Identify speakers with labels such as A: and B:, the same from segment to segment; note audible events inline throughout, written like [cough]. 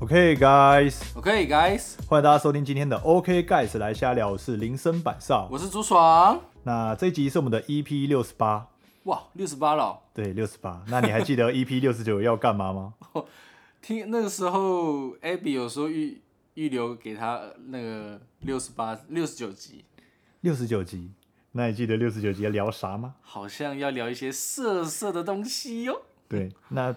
A: OK guys，
B: OK guys，
A: 欢迎大家收听今天的 OK guys 来瞎聊，我是林森板少。
B: 我是朱爽。
A: 那这一集是我们的 EP 六十八，
B: 哇，六十八了，
A: 对，六十八。那你还记得
B: [laughs]
A: EP 六十九要干嘛吗？
B: 听那个时候，Abby 有时候预预留给他呃那个六十八、六十九集，
A: 六十九集。那你记得六十九集要聊啥吗？
B: 好像要聊一些色色的东西哟、
A: 对，那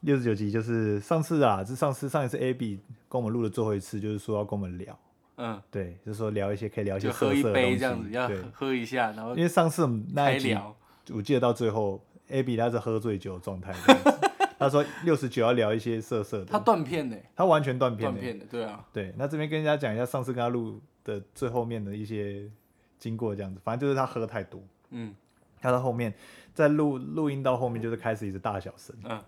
A: 六十九集就是上次啊，这上次上一次 AB 跟我们录的最后一次，就是说要跟我们聊，
B: 嗯，
A: 对，就是说聊一些可以聊一些
B: 就
A: 色
B: 喝一
A: 色的东
B: 杯
A: 西，
B: 这样子，要
A: 对，
B: 喝一下，然后
A: 因为上次我们那
B: 开
A: 一集
B: 聊。
A: 我记得到最后，Abby 她是喝醉酒的状态这样
B: [laughs]
A: 子，她说六十九要聊一些色色
B: 他
A: 的，
B: 断片呢、
A: 她完全断片、
B: 断
A: 欸。
B: 片的，对啊，
A: 对，那这边跟大家讲一下上次跟她录的最后面的一些经过，这样子，反正就是她喝太多，
B: 嗯
A: 她到后面在录录音到后面就是开始一直大小声，
B: 嗯，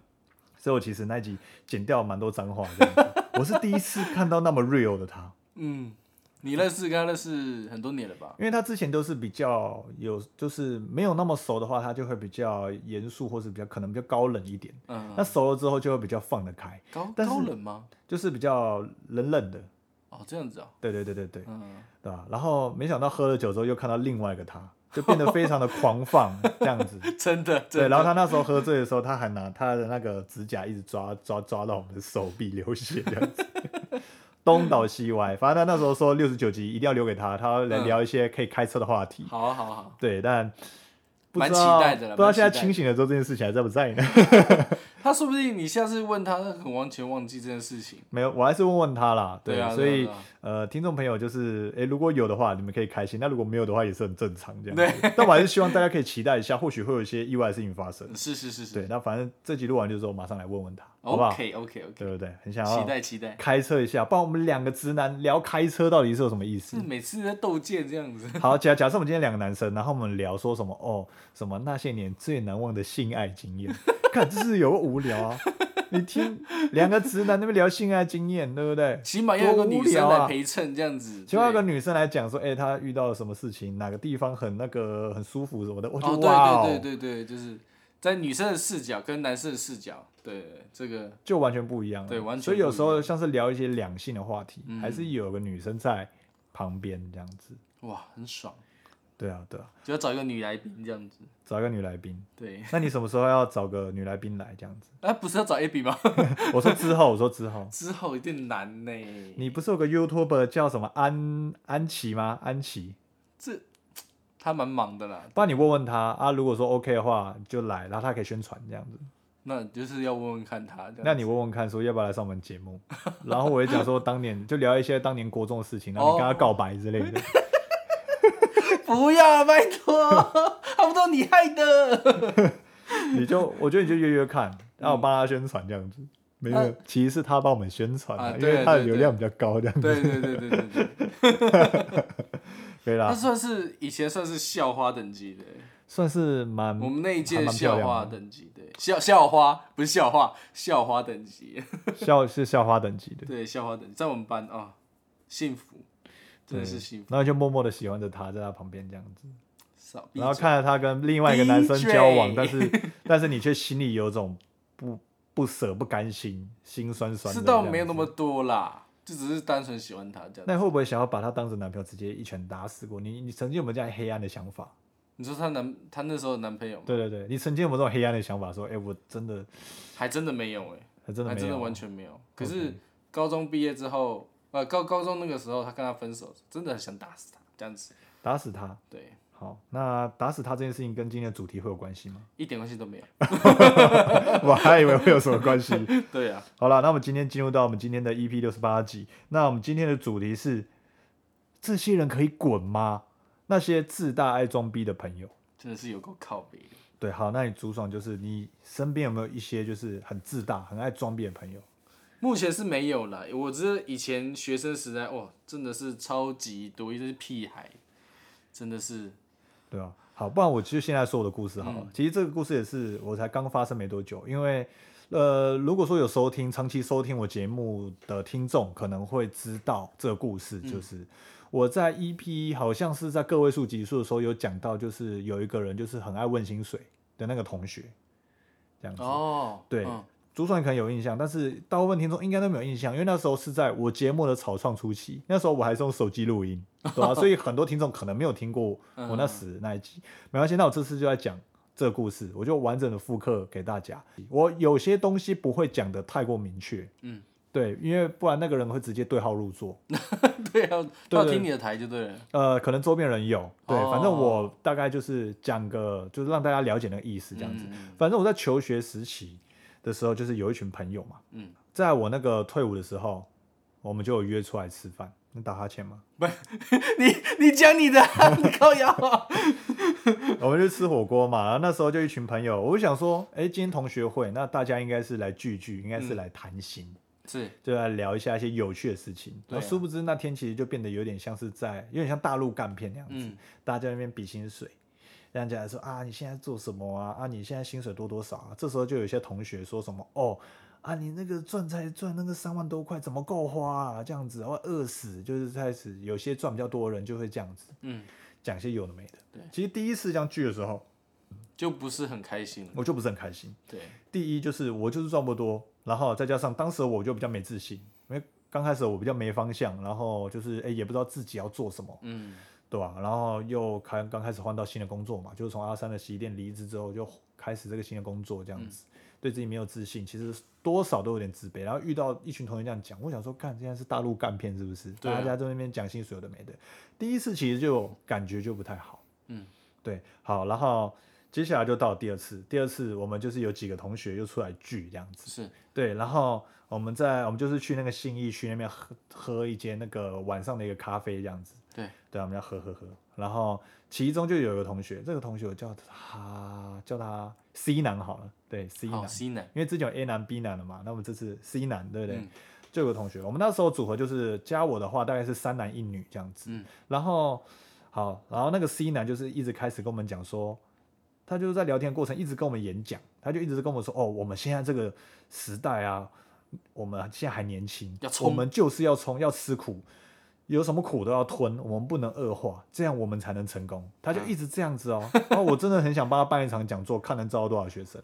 A: 所以我其实那集剪掉蛮多脏话这样子，我是第一次看到那么 real 的她，
B: 嗯，你认识跟他认识很多年了吧？
A: 因为她之前都是比较有，就是没有那么熟的话，她就会比较严肃或是比较可能比较高冷一点，
B: 嗯，
A: 那熟了之后就会比较放得开。
B: 高
A: 但是
B: 高冷吗？
A: 就是比较冷冷的，
B: 哦，这样子啊，
A: 对对对对对，
B: 嗯，
A: 对吧？然后没想到喝了酒之后又看到另外一个他，就变得非常的狂放这样
B: [laughs]
A: 子。
B: 真的，真
A: 对，
B: 的
A: 然后他那时候喝醉的时候，他还拿他的那个指甲一直抓抓抓到我们的手臂流血这样子，东倒西歪。反正他那时候说六十九集一定要留给他，他要来
B: 嗯
A: 聊一些可以开车的话题。
B: 好啊，好啊好啊，
A: 对，但不
B: 蛮
A: 知道
B: 期待的啦
A: 不知道
B: 蛮期
A: 现在
B: 待
A: 清醒了之后这件事情还在不在呢？
B: 他说不定你下次问他，他很完全忘记这件事情。
A: 没有，我还是问问他啦。
B: 对啊
A: 所
B: 对啊
A: 以
B: 对啊
A: 呃，听众朋友就是，诶，如果有的话，你们可以开心；那如果没有的话，也是很正常这样。
B: 对，
A: 但我还是希望大家可以期待一下，或许会有一些意外的事情发生。
B: 是是是是，
A: 对，那反正这集录完就之后，马上来问问他，好不好？
B: ，OK OK OK，
A: 对不对？很想
B: 期
A: 要
B: 待期待，
A: 开车一下，不然我们两个直男聊开车到底是有什么意思
B: 是？每次在斗剑这样子，
A: 好，假假设我们今天两个男生，然后我们聊说什么哦，什么那些年最难忘的性爱经
B: [laughs]
A: 验，看这是有个无聊啊！你听两个直男那边聊性爱经验，对不对？
B: 起码要有个女生
A: 多无聊啊
B: 来陪衬这样子，
A: 起码有个
B: 对
A: 女生来讲说，哎、她遇到了什么事情，哪个地方很那个很舒服什么的，我就、
B: 哦，
A: 哇哦，
B: 对对对对对，就是在女生的视角跟男生的视角，对这个
A: 就完全不一样了。
B: 对完全
A: 所以有时
B: 不一
A: 候
B: 样
A: 像是聊一些两性的话题，
B: 嗯
A: 还是有个女生在旁边这样子。
B: 哇很爽，
A: 对啊，对啊，
B: 就要找一个女来宾这样子，
A: 找一个女来宾。
B: 对，
A: 那你什么时候要找个女来宾来这样子？
B: 啊不是要找 Abby 吗？ [laughs]
A: 我说之后，我说之后。
B: 之后有点难呢，
A: 你不是有个 YouTuber 叫什么安安琪吗？安琪，
B: 这他蛮忙的啦，
A: 不然你问问他啊。如果说 OK 的话，就来，然后他可以宣传这样子。
B: 那就是要问问看他，这样
A: 那你问问看，说要不要来上我们节目？ [laughs] 然后我也讲说，当年就聊一些当年国中的事
B: 哦
A: 情，然后你跟他告白之类
B: [laughs]
A: 的。
B: [laughs] 不要拜托， [laughs] 他们都你害的。
A: 你就我觉得你就约约
B: 嗯
A: 看，然后我帮他宣传这样子。没有，其实是他帮我们宣传
B: 呃啊
A: 的，因
B: 对啊
A: 为他的
B: 对
A: 流
B: 对
A: 量比较高，这样子
B: [laughs] 对对对对对
A: [laughs] 啊
B: 对，
A: 对
B: 他
A: 啦，
B: 算是以前算是校花等级的，
A: 算是蛮
B: 我们那一
A: 嗯还
B: 届
A: 蛮漂
B: 校
A: 亮
B: 花
A: 的
B: 等级的，校校花不是校花，校花等级， [laughs]
A: 校是校花等级的。
B: 对校花等级，在我们班啊、幸福，真的是幸福。
A: 然后就默默的喜欢着他，在他旁边这样子，
B: 少闭
A: 然后
B: 嘴
A: 看着他跟另外一个男生交往，
B: 闭
A: 但
B: 嘴
A: 是但是你却心里有种不不舍、不甘心、心酸酸的。
B: 是倒没有那么。多啦，就只是单纯喜欢他这样。
A: 那你会不会想要把他当成男朋友，直接一拳打死过？你你曾经有没有这样黑暗的想法？
B: 你说她男，她那时候的男朋友吗？
A: 对对对，你曾经有没有这种黑暗的想法？说，哎、我真的
B: 还真的没有哎、
A: 还真的
B: 还
A: 没有，
B: 真的完全没有。可是高中毕业之后，呃，高高中那个时候，他跟他分手，真的很想打死他，这样子，
A: 打死他。
B: 对，
A: 好，那打死他这件事情跟今天的主题会有关系吗？ [laughs]
B: 一点关系都没有。
A: 我还以为会有什么关系。
B: 对啊，
A: 好了，那我们今天进入到我们今天的 EP 六十八集。那我们今天的主题是：这些人可以滚吗？那些自大爱装逼的朋友。
B: 真的是有够靠北的。
A: 对，好，那你竹爽就是你身边有没有一些就是很自大、很爱装逼的朋友？
B: 目前是没有了，我只是以前学生时代，哇，真的是超级多，一堆屁孩，真的是，
A: 对啊，好，不然我就现在说我的故事好了。其实这个故事也是我才刚发生没多久，因为呃，如果说有收听长期收听我节目的听众，可能会知道这个故事，就是、我在 EP 好像是在个位数集数的时候有讲到，就是有一个人就是很爱问薪水的那个同学，这样子。
B: 哦，
A: 对
B: 嗯
A: 主管可能有印象，但是大部分听众应该都没有印象，因为那时候是在我节目的草创初期，那时候我还是用手机录音，对
B: [laughs]
A: 吧、所以很多听众可能没有听过
B: 嗯
A: 我那时那一集。没关系，那我这次就在讲这个故事，我就完整的复刻给大家。我有些东西不会讲的太过明确，
B: 嗯，
A: 对，因为不然那个人会直接对号入座。
B: [laughs] 对啊，
A: 对
B: 要听你的台就对了。
A: 呃，可能周边人有，对，
B: 哦
A: 反正我大概就是讲个，就是让大家了解那个意思这样子。
B: 嗯
A: 反正我在求学时期的时候，就是有一群朋友嘛，
B: 嗯，
A: 在我那个退伍的时候，我们就有约出来吃饭。你打哈欠吗？
B: 嗯 [laughs] 你你讲你的啊，你靠腰啊。
A: [laughs] [laughs] 我们就吃火锅嘛，然后那时候就一群朋友，我就想说，哎，今天同学会，那大家应该是来聚聚，应该是
B: 嗯
A: 来谈心，
B: 是，
A: 就来聊一下一些有趣的事情。
B: 对
A: 然
B: 啊
A: 后殊不知那天其实就变得有点像是在，有点像大陆干片那样子。
B: 嗯，
A: 大家在那边比薪水，人家说啊，你现在做什么啊？啊，你现在薪水多多少啊？这时候就有些同学说什么哦，啊，你那个赚才赚那个三万多块，怎么够花啊？这样子会饿死，就是开始有些赚比较多的人就会这样子
B: 嗯，
A: 讲一些有的没的。
B: 对
A: 其实第一次这样聚的时候，
B: 就不是很开心了。
A: 我就不是很开心。
B: 对，
A: 第一就是我就是赚不多，然后再加上当时我就比较没自信，因为刚开始我比较没方向，然后就是哎、也不知道自己要做什么。
B: 嗯，
A: 对吧、然后又开刚开始换到新的工作嘛，就是从阿三的洗衣店离职之后，就开始这个新的工作，这
B: 嗯
A: 样子、对自己没有自信，其实多少都有点自卑。然后遇到一群同学这样讲，我想说，看现在是大陆干片是不是？
B: 对啊
A: 大家在那边讲薪水有的没的，第一次其实就感觉就不太好。
B: 嗯，
A: 对，好，然后接下来就到第二次，第二次我们就是有几个同学又出来聚这样子。
B: 是，
A: 对，然后我们在我们就是去那个信义区那边喝喝一间那个晚上的一个咖啡这样子。
B: 对，
A: 对，啊我们要喝喝喝。然后其中就有一个同学，这个同学我叫他叫他 C 男好了，对 C 男
B: 好，，西南，
A: 因为之前有 A 男 B 男了嘛，那我们这次 C 男对不对？
B: 嗯
A: 就有个同学，我们那时候组合就是加我的话大概是三男一女这样子，
B: 嗯
A: 然后好，然后那个 C 男就是一直开始跟我们讲说，他就是在聊天过程一直跟我们演讲，他就一直跟我们说，哦，我们现在这个时代啊，我们现在还年轻
B: 要，冲
A: 我们就是要冲，要吃苦，有什么苦都要吞，我们不能恶化，这样我们才能成功。他就一直这样子
B: [laughs]
A: 哦，然后我真的很想帮他办一场讲座，看能招到多少学生。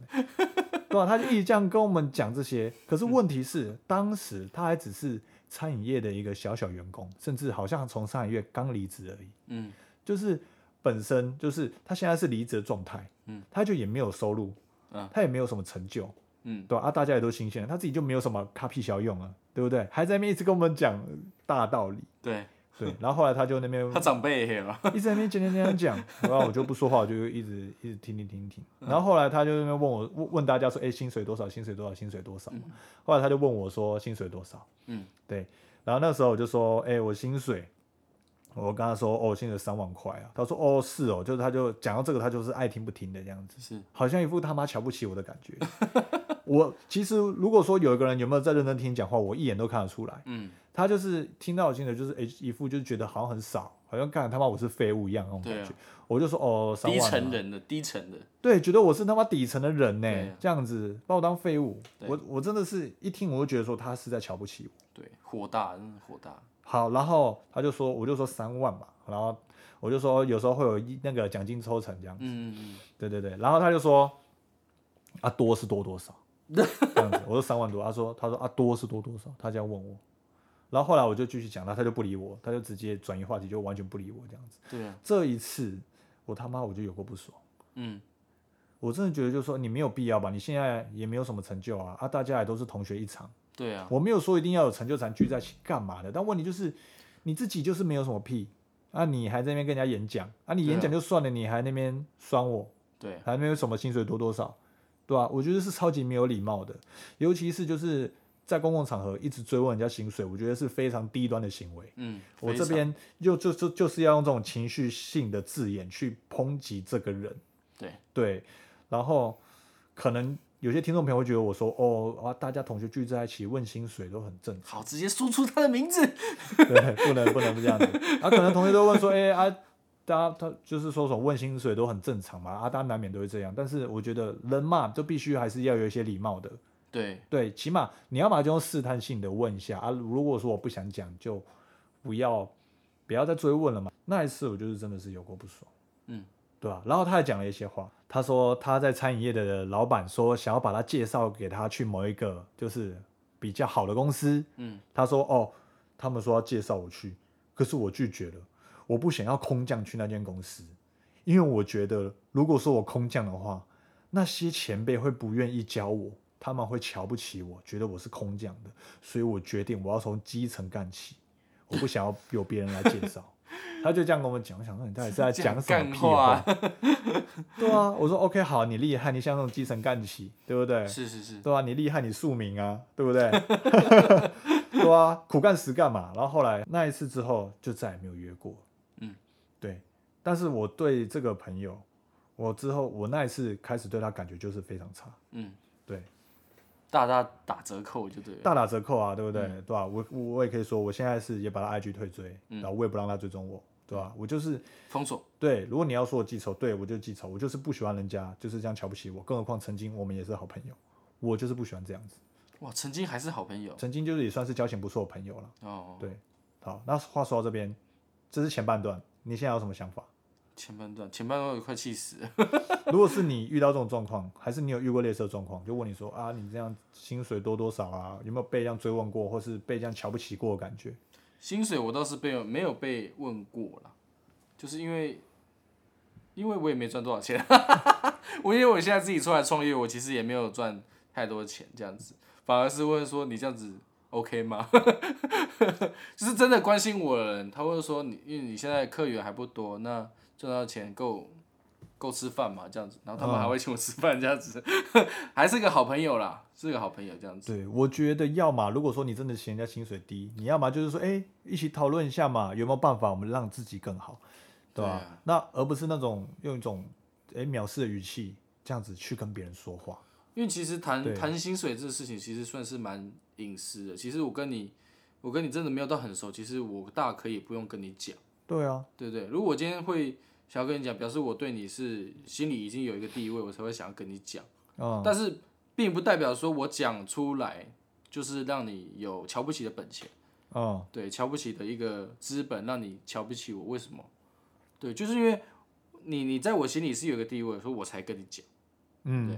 A: 对啊吧、他就一直这样跟我们讲这些，可是问题是，当时他还只是餐饮业的一个小小员工，甚至好像从上个月刚离职而已。
B: 嗯，
A: 就是本身就是他现在是离职的状态，
B: 嗯，
A: 他就也没有收入，
B: 嗯
A: 他也没有什么成就，
B: 嗯，
A: 对吧啊，大家也都新鲜，他自己就没有什么咖屁小用了，对不对？还在那边一直跟我们讲大道理，
B: 对 [laughs]
A: 对，然后后来他就那边
B: 他长辈也啊黑了。
A: 一直在那边讲讲讲讲，然后我就不说话，我就一直一直听听听听。然后后来他就在那边问我问问大家说，哎、薪水多少？薪水多少？薪水多少嘛？后来他就问我说，薪水多少？
B: 嗯，
A: 对。然后那时候我就说，哎、我薪水，我跟他说，哦，薪水三万块啊。他说，哦，是哦，就是他就讲到这个，他就是爱听不听的这样子，
B: 是，
A: 好像一副他妈瞧不起我的感觉。我其实如果说有一个人有没有在认真听你讲话，我一眼都看得出来。
B: 嗯，
A: 他就是听到我薪水就是诶一副就是觉得好像很少，好像干他妈我是废物一样那种感
B: 对
A: 觉。
B: 啊
A: 我就说哦，三
B: 低
A: 万啊
B: 层人的，低层的，
A: 对，觉得我是他妈底层的人呢、
B: 对啊
A: 这样子把我当废物，
B: 对
A: 我我真的是一听我就觉得说他是在瞧不起我。
B: 对，火大，真的火大。
A: 好，然后他就说，我就说三万嘛，然后我就说有时候会有一那个奖金抽成这样，
B: 嗯嗯嗯，
A: 对对对，然后他就说啊多是多多少这样子，我说三万多，他说他说啊多是多多少，他这样问我，然后后来我就继续讲他，他就不理我，他就直接转移话题，就完全不理我这样子。
B: 对啊，
A: 这一次我他妈我就有过不爽，
B: 嗯，
A: 我真的觉得就是说你没有必要吧，你现在也没有什么成就啊，啊大家也都是同学一场，
B: 对啊，
A: 我没有说一定要有成就才聚在一起干嘛的，但问题就是你自己就是没有什么屁。啊！你还在那边跟人家演讲啊！你
B: 对啊
A: 演讲就算了，你还那边酸我，
B: 对，啊
A: 还没有什么薪水多多少，对吧、我觉得是超级没有礼貌的，尤其是就是在公共场合一直追问人家薪水，我觉得是非常低端的行为。
B: 嗯，
A: 我
B: 非
A: 这
B: 常
A: 边就就就就是要用这种情绪性的字眼去抨击这个人，
B: 对，
A: 对，然后可能有些听众朋友会觉得我说哦啊，大家同学聚在一起问薪水都很正常。
B: 好，直接说出他的名字。
A: [laughs] 对，不能不能这样子。啊，可能同学都问说，哎、啊，大家他就是说什么问薪水都很正常嘛，啊，大家难免都会这样。但是我觉得人嘛，都必须还是要有一些礼貌的，
B: 对，
A: 对，起码你要嘛就用试探性的问一下啊。如果说我不想讲，就不要不要再追问了嘛。那一次我就是真的是有过不爽，
B: 嗯，
A: 对吧、然后他还讲了一些话，他说他在餐饮业的老板说想要把他介绍给他去某一个就是比较好的公司，
B: 嗯，
A: 他说哦，他们说要介绍我去，可是我拒绝了，我不想要空降去那间公司，因为我觉得如果说我空降的话，那些前辈会不愿意教我，他们会瞧不起我，觉得我是空降的，所以我决定我要从基层干起，我不想要有别人来介 [laughs] 绍。他就这样跟我们讲，我想说你到底是在讲什么屁话？对啊，我说 OK 好，你厉害，你像那种基层干起，对不对？
B: 是是是，
A: 对啊，你厉害，你庶民啊，对不
B: [laughs]
A: 对？对啊，苦干实干嘛。然后后来那一次之后，就再也没有约过。
B: 嗯，
A: 对。但是我对这个朋友，我之后我那一次开始对他感觉就是非常差，
B: 嗯，
A: 对，
B: 大大打折扣就对了。嗯
A: 大打折扣啊，对不对？对吧、我我我也可以说，我现在是也把他 IG 退追，然后我也不让他追踪我，对吧、我就是
B: 封锁，
A: 对，如果你要说我记仇，对我就记仇，我就是不喜欢人家就是这样瞧不起我，更何况曾经我们也是好朋友，我就是不喜欢这样子。
B: 哇，曾经还是好朋友
A: 曾经就是也算是交情不错的朋友了。
B: 哦。
A: 对，好，那话说到这边，这是前半段，你现在有什么想法？ [laughs]
B: 前半段，前半段我快气死了。
A: 如果是你遇到这种状况，还是你有遇过类似的状况，就问你说啊，你这样薪水多多少啊？有没有被这样追问过，或是被这样瞧不起过的感觉？
B: 薪水我倒是被没有被问过啦，就是因为因为我也没赚多少钱， [laughs] 我因为我现在自己出来创业，我其实也没有赚太多钱，这样子，反而是问说你这样子 OK 吗？ [laughs] 就是真的关心我的人，他会说你，因为你现在客源还不多，那赚到钱够够吃饭嘛？这样子，然后他们还会请我吃饭，这样子， [laughs] 还是个好朋友啦，是个好朋友这样子。
A: 对，我觉得要么如果说你真的嫌人家薪水低，你要么就是说，哎、一起讨论一下嘛，有没有办法我们让自己更好，对吧、
B: 对啊
A: 那而不是那种用一种哎、藐视的语气这样子去跟别人说话。
B: 因为其实
A: 对
B: 谈谈薪水这个事情，其实算是蛮隐私的。其实我跟你，我跟你真的没有到很熟，其实我大可以不用跟你讲，
A: 对啊，
B: 对不对？如果我今天会想要跟你讲，表示我对你是心里已经有一个地位，我才会想要跟你讲。
A: 嗯，
B: 但是并不代表说我讲出来就是让你有瞧不起的本钱，
A: 嗯，
B: 对，瞧不起的一个资本，让你瞧不起我，为什么？对，就是因为你你在我心里是有一个地位，所以我才跟你讲，
A: 嗯。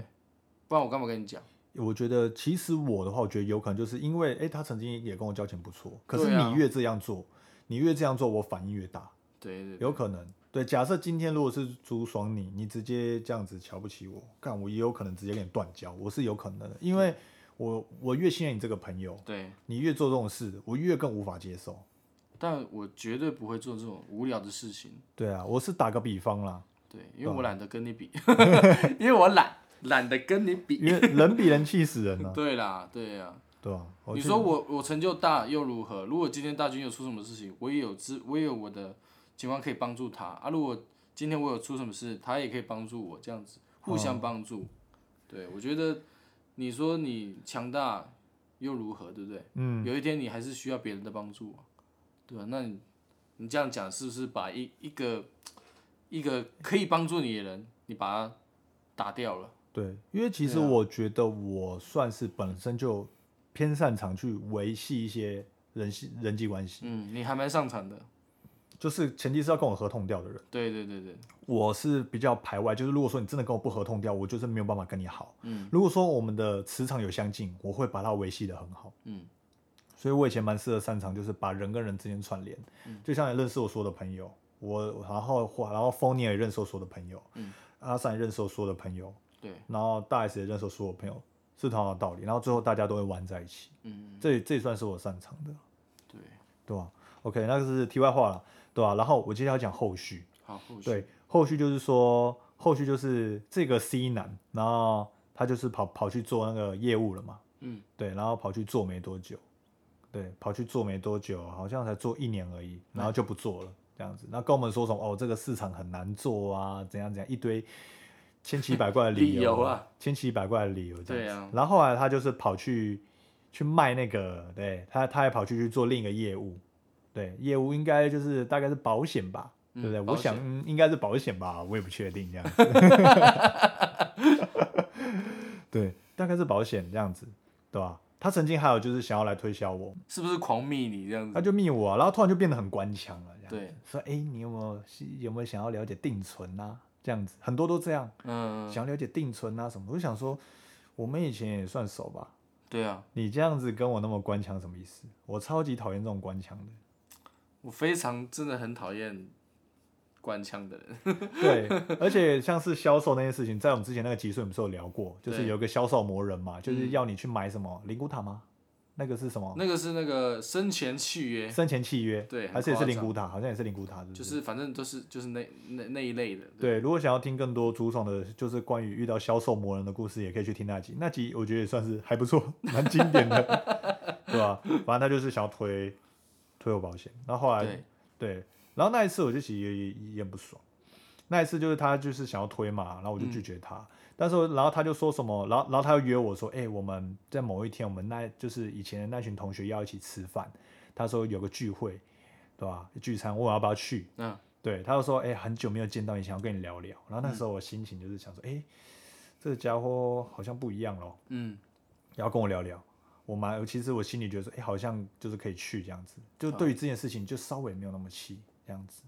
B: 不然我干嘛跟你讲？
A: 我觉得其实我的话，我觉得有可能就是因为，哎、他曾经也跟我交情不错，可是
B: 对啊
A: 你越这样做，你越这样做，我反应越大，
B: 对对对
A: 有可能。对，假设今天如果是朱爽你，你直接这样子瞧不起我，干我也有可能直接跟你断交，我是有可能的，因为我我越信任你这个朋友，
B: 对。
A: 你越做这种事，我越更无法接受。
B: 但我绝对不会做这种无聊的事情，
A: 对啊，我是打个比方啦，
B: 对，因为我懒得跟你比， [laughs] 因为我懒，懒得跟你比。
A: 因为人比人气死人呢、
B: 对啦，对啊呀、
A: 对吧、我
B: 你
A: 觉
B: 说我我成就大又如何？如果今天大军有出什么事情，我也有知，我也有我的情况可以帮助他啊。如果今天我有出什么事，他也可以帮助我，这样子互相帮助。对，我觉得你说你强大又如何，对不对？
A: 嗯，
B: 有一天你还是需要别人的帮助啊，对吧、那你你这样讲是不是把一一个一个可以帮助你的人，你把他打掉了？
A: 对，因为其实
B: 对啊
A: 我觉得我算是本身就偏擅长去维系一些人系人际关系，
B: 嗯，你还蛮上场的。
A: 就是前提是要跟我合同掉的人，
B: 对对对对，
A: 我是比较排外，就是如果说你真的跟我不合同掉，我就是没有办法跟你好。
B: 嗯
A: 如果说我们的磁场有相近，我会把它维系的很好。
B: 嗯
A: 所以我以前蛮适合擅长，就是把人跟人之间串联。
B: 嗯
A: 就像你认识我所有的朋友，我然后然后 f o n i 也认识我所有的朋友，
B: 嗯
A: 阿善也认识我所有的朋友，
B: 对，
A: 然后大 S 也认识我所有朋友，是同样的道理。然后最后大家都会玩在一起，
B: 嗯
A: 这这也算是我擅长的，
B: 对，
A: 对吧？OK，那就是题外话了，对吧？然后我接下来讲后续，
B: 好，后续
A: 对，后续就是说，后续就是这个 C 男，然后他就是跑跑去做那个业务了嘛，
B: 嗯
A: 对，然后跑去做没多久，对，跑去做没多久，好像才做一年而已，然后
B: 嗯
A: 就不做了，这样子。那跟我们说什么哦，这个市场很难做啊，怎样怎样，一堆千奇百怪的理
B: [laughs] 理
A: 由
B: 由啊，
A: 千奇百怪的理由这
B: 对
A: 样子。
B: 啊
A: 然后后来他就是跑去去卖那个，对他他还跑去去做另一个业务，对，业务应该就是大概是保险吧。对不对？
B: 嗯
A: 我
B: 保
A: 想、
B: 险
A: 嗯应该是保险吧，我也不确定这样
B: [laughs]
A: 子。对，大概是保险这样子，对吧？他曾经还有就是想要来推销我，
B: 是不是狂密你这样
A: 他
B: 子？
A: 就密我、啊啊，然后突然就变得很官腔了，这样
B: 嗯对
A: 说哎，诶你有没有有没有想要了解定存啊？这样子，很多都这样，
B: 嗯，
A: 想要了解定存啊什么。我就想说，我们以前也算熟吧，
B: 对啊，
A: 你这样子跟我那么官腔什么意思？我超级讨厌这种官腔的。
B: 我非常真的很讨厌官腔的人，
A: 对，而且像是销售那件事情，在我们之前那个集数，我们是有聊过，就是
B: 对嗯
A: 有一个销售魔人嘛，就是要你去买什么灵骨塔吗？那个是什么？
B: 那个是那个生前契约，
A: 生前契约，
B: 对很
A: 还是也是
B: 夸
A: 灵
B: 张
A: 骨塔，好像也是灵骨塔，是不是
B: 就是反正都是就是那那那一类的，
A: 对，如果想要听更多朱爽的，就是关于遇到销售魔人的故事，也可以去听那集。那集我觉得也算是还不错，蛮经典的， [laughs] 对吧、反正他就是想要推推我保险，然后后来
B: 对
A: 对然后那一次我就其实也也也不爽。那一次就是他就是想要推嘛，然后我就拒绝他。但是我然后他就说什么，然后然后他又约我说，哎、我们在某一天，我们那就是以前的那群同学要一起吃饭，他说有个聚会，对吧？聚餐，问我要不要去？
B: 嗯，
A: 对，他就说，哎、很久没有见到你，想要跟你聊聊。然后那时候我心情就是想说，哎、这个家伙好像不一样咯，
B: 嗯，
A: 然后跟我聊聊。我蛮，其实我心里觉得说，哎、好像就是可以去这样子，就
B: 嗯
A: 对于这件事情就稍微没有那么气这样子，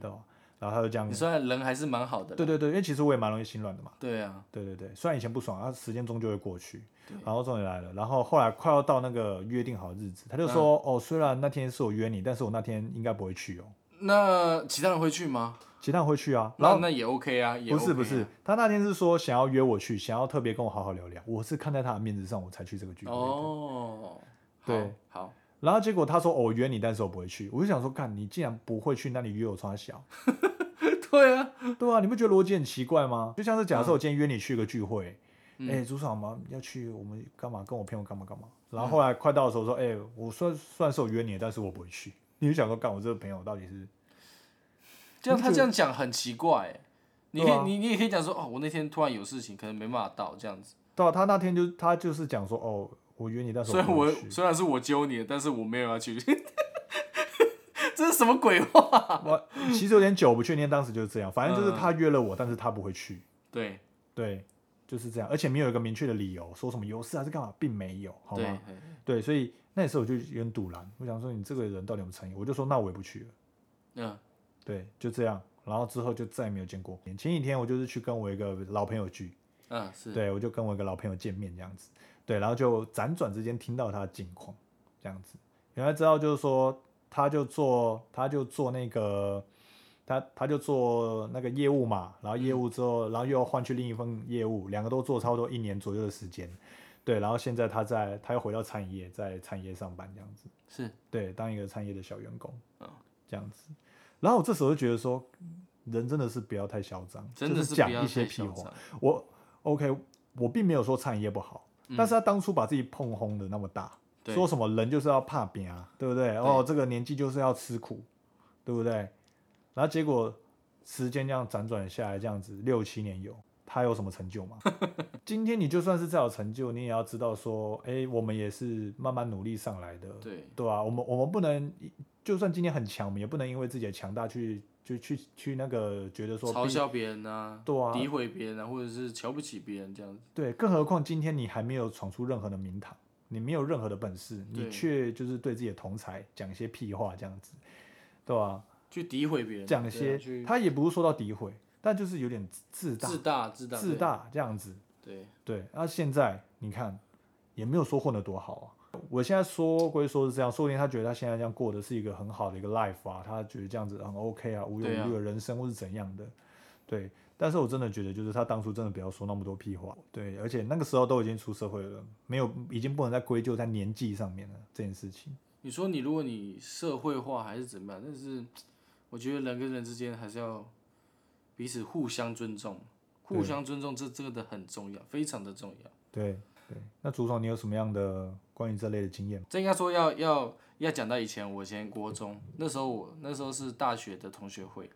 A: 对吧？然后他就这样
B: 嗯你，虽然人还是蛮好的啦，
A: 对对对，因为其实我也蛮容易心软的嘛。
B: 对啊，
A: 对对对，虽然以前不爽，但时间终究会过去。然后终于来了，然后后来快要到那个约定好的日子，他就说：“
B: 嗯
A: 哦，虽然那天是我约你，但是我那天应该不会去哦，
B: 那其他人会去吗？
A: 其他人会去啊。”然
B: 那
A: 后
B: 那也 OK 啊，也
A: 不是
B: OK 啊
A: 不是，他那天是说想要约我去，想要特别跟我好好聊聊。我是看在他的面子上，我才去这个聚会。
B: 哦，
A: 对
B: 好， [laughs] 好，
A: 然后结果他说：“哦，我约你，但是我不会去。”我就想说：“干，你既然不会去，那你约我穿小，
B: 对啊，
A: 对啊，你不觉得逻辑很奇怪吗？就像是假设我今天约你去个聚会，哎、朱爽嘛要去，我们干嘛？跟我朋友干嘛干嘛？然后后来快到的时候说，哎、我算算是我约你的，但是我不会去。你就想说，干我这个朋友到底是
B: 这样他这样讲很奇怪欸，你可
A: 对
B: 以
A: 啊
B: 你你也可以讲说哦，我那天突然有事情，可能没办法到这样子。
A: 对啊，他那天就他就是讲说，哦，我约你，但是
B: 虽
A: 我
B: 然
A: 不
B: 我
A: 会去。
B: 虽然是我揪你的，但是我没有要去。 [laughs] 这是什么鬼话？
A: 我其实有点久不确定，当时就是这样，反正就是他约了我，但是他不会去，
B: 对
A: [laughs] 对，就是这样，而且没有一个明确的理由，说什么有事还是干嘛，并没有，好
B: 对
A: 吗？对，所以那时候我就有点堵拦，我想说你这个人到底有没有诚意？我就说那我也不去了。
B: 嗯
A: 对，就这样。然后之后就再也没有见过面。前几天我就是去跟我一个老朋友聚，
B: 嗯是
A: 对我就跟我一个老朋友见面这样子，对，然后就辗转之间听到他的近况，这样子，原来知道就是说，他就做他就做那个他他就做那个业务嘛，然后业务之后，然后又换去另一份业务，两个都做差不多一年左右的时间，对，然后现在他在他又回到餐饮业，在餐饮业上班这样子。
B: 是
A: 对，当一个餐业的小员工，
B: 嗯
A: 这样子。然后我这时候就觉得说，人真的是不要太嚣张，
B: 真
A: 就
B: 的
A: 是
B: 不
A: 讲
B: 要
A: 一些
B: 太
A: 屁
B: 嚣
A: 话
B: 张。。
A: 我 OK，我并没有说餐饮业不好，但是他当初把自己碰轰的那么大，
B: 嗯对
A: 说什么人就是要怕扁啊，对不对？哦，这个年纪就是要吃苦，对不对？然后结果时间这样辗转下来，这样子六七年有。他有什么成就吗？ [laughs] 今天你就算是再有成就，你也要知道说，哎、我们也是慢慢努力上来的，
B: 对
A: 对啊，我们我们不能，就算今天很强，我们也不能因为自己的强大去就去去那个觉得说
B: 嘲
A: 比
B: 笑别人啊，
A: 对啊
B: 诋毁别人啊，或者是瞧不起别人这样子。
A: 对，更何况今天你还没有闯出任何的名堂，你没有任何的本事，你
B: 对
A: 却就是对自己的同才讲一些屁话这样子，对吧、
B: 去诋毁别人，
A: 讲一
B: 对啊
A: 些、
B: 去
A: 他也不是说到诋毁，但就是有点自大
B: 自大自大
A: 自
B: 对
A: 大这样子。
B: 对，
A: 对，那、现在你看也没有说混得多好啊。我现在说归说是这样，说不定他觉得他现在这样过的是一个很好的一个 life 啊，他觉得这样子很 OK 啊，无忧
B: 对啊
A: 无虑的人生或是怎样的。对，但是我真的觉得就是他当初真的不要说那么多屁话。对，而且那个时候都已经出社会了，没有已经不能再归咎在年纪上面了这件事情。
B: 你说你如果你社会化还是怎么样，但是我觉得人跟人之间还是要彼此互相尊重，互相尊重这真的很重要，非常的重要。
A: 对对，那朱总你有什么样的关于这类的经验吗？
B: 这应该说要要要讲到以前，我以前国中那时候我，那时候是大学的同学会，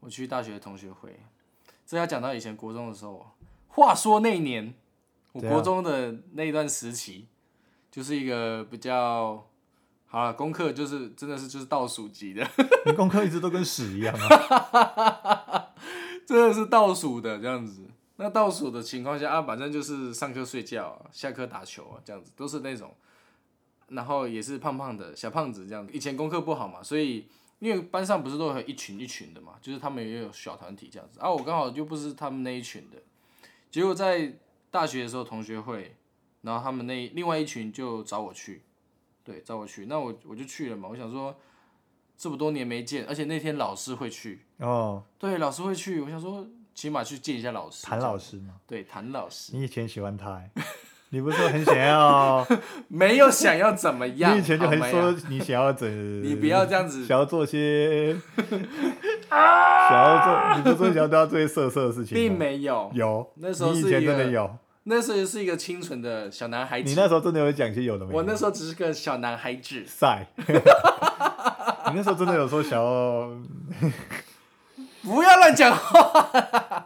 B: 我去大学的同学会，这要讲到以前国中的时候。话说那一年，我
A: 怎
B: 国中的那一段时期，就是一个比较好了，功课就是真的是就是倒数级的，
A: 你功课一直都跟屎一样啊。
B: [laughs] 真的是倒数的这样子。那倒数的情况下啊，反正就是上课睡觉、啊，下课打球啊，这样子都是那种，然后也是胖胖的小胖子这样子。以前功课不好嘛，所以因因为班上不是都有一群一群的嘛，就是他们也有小团体这样子啊，我刚好就不是他们那一群的，结果在大学的时候同学会，然后他们那另外一群就找我去，对，找我去，那我我就去了嘛，我想说这么多年没见，而且那天老师会去，
A: 哦，
B: 对，老师会去，我想说起码去见一下老师，
A: 谭老师嘛，
B: 对，谭老师
A: 你以前喜欢他、欸，你不是说很想要？
B: 没有想要怎么样，
A: 你以前就
B: 好
A: 很
B: 没有
A: 说你想要怎，
B: [laughs] 你不要这样子
A: 想要做
B: [laughs]
A: 些想要做，你不是说你想要做些色色的事情
B: 并
A: 吗？
B: 没有，
A: 有，
B: 那时候
A: 你以
B: 是
A: 前
B: 一
A: 真的
B: 个
A: 有，
B: 那时候是一个清纯的小男孩
A: 你
B: 子，
A: 那时候真的有讲些有的没的。
B: 我那时候只是个小男孩子， [laughs]
A: 晒，你那时候真的有说想要
B: 不要乱
A: [laughs]
B: 讲话，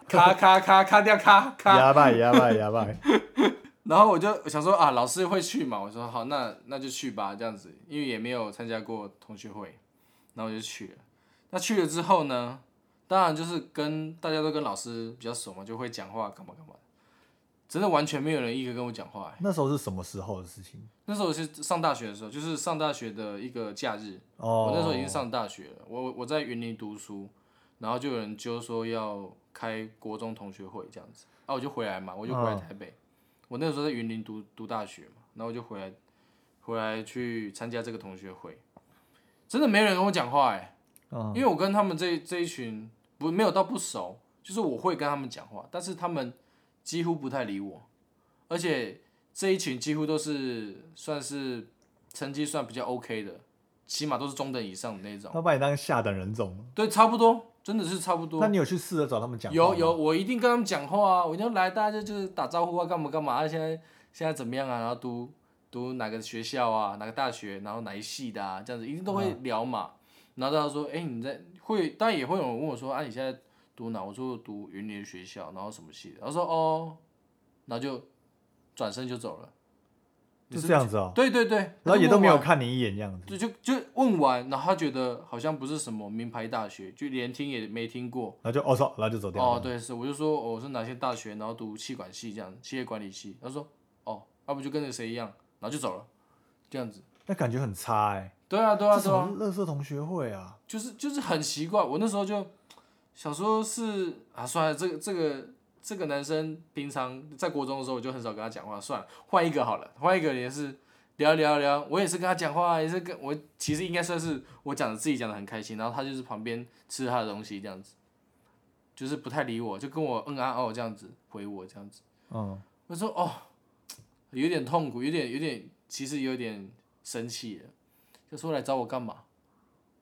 B: 咔咔咔咔掉咔咔。
A: 压败压败压败，
B: 然后我就想说啊，老师会去嘛？我说好，那那就去吧，这样子，因为也没有参加过同学会，然后我就去了。那去了之后呢，当然就是跟大家都跟老师比较熟嘛，就会讲话干嘛干嘛的真的完全没有人一个跟我讲话、欸
A: 那时候是什么时候的事情？
B: 那时候我是上大学的时候，就是上大学的一个假日，
A: 哦，
B: 我那时候已经上大学了，我我在云林读书，然后就有人揪说要开国中同学会这样子，啊，我就回来嘛，我就回来台北，我那时候在云林读读大学嘛，然后我就回来回来去参加这个同学会，真的没人跟我讲话哎、
A: 嗯
B: 因为我跟他们这这一群不没有到不熟，就是我会跟他们讲话，但是他们几乎不太理我，而且这一群几乎都是算是成绩算比较 OK 的，起码都是中等以上的那种。
A: 他把你当下等人种，
B: 对，差不多，真的是差不多
A: 那。你有去试着找他们讲话
B: 有
A: 吗
B: 有，我一定跟他们讲话啊，我一定要来，大家就就是打招呼啊，干嘛干嘛啊，现在现在怎么样啊，然后读读哪个学校啊，哪个大学，然后哪一系的啊，这样子一定都会聊嘛。
A: 嗯
B: 然后大家说，哎、你在会，当然也会有人问我说，啊，你现在读哪？我说我读云林学校，然后什么系的？然后说哦，然后就转身就走了。
A: 是这样子哦，
B: 对对对，
A: 然后也都没
B: 有。
A: 有看你一眼这样子，
B: 就就就问完，然后他觉得好像不是什么名牌大学，就连听也没听过。
A: 然后就哦操，然后就走掉
B: 哦
A: 了，，
B: 对，是，我就说、哦我是哪些大学，然后读气管系这样，企业管理系。他说哦，要、不就跟着谁一样，然后就走了，这样子。
A: 那感觉很差哎，
B: 对啊，对啊，
A: 这
B: 对
A: 什
B: 啊，
A: 么乐色同学会啊？
B: 就是就是很奇怪。我那时候就想说是啊，算了，这个这个这个男生平常在国中的时候我就很少跟他讲话，算了，换一个好了，换一个也是聊一聊一聊，我也是跟他讲话，也是跟我其实应该算是我讲的自己讲的很开心，然后他就是旁边吃他的东西这样子，就是不太理我，就跟我嗯啊哦这样子回我这样子，
A: 嗯，
B: 我说哦，有点痛苦，有点有点，其实有点生气了，就说来找我干嘛？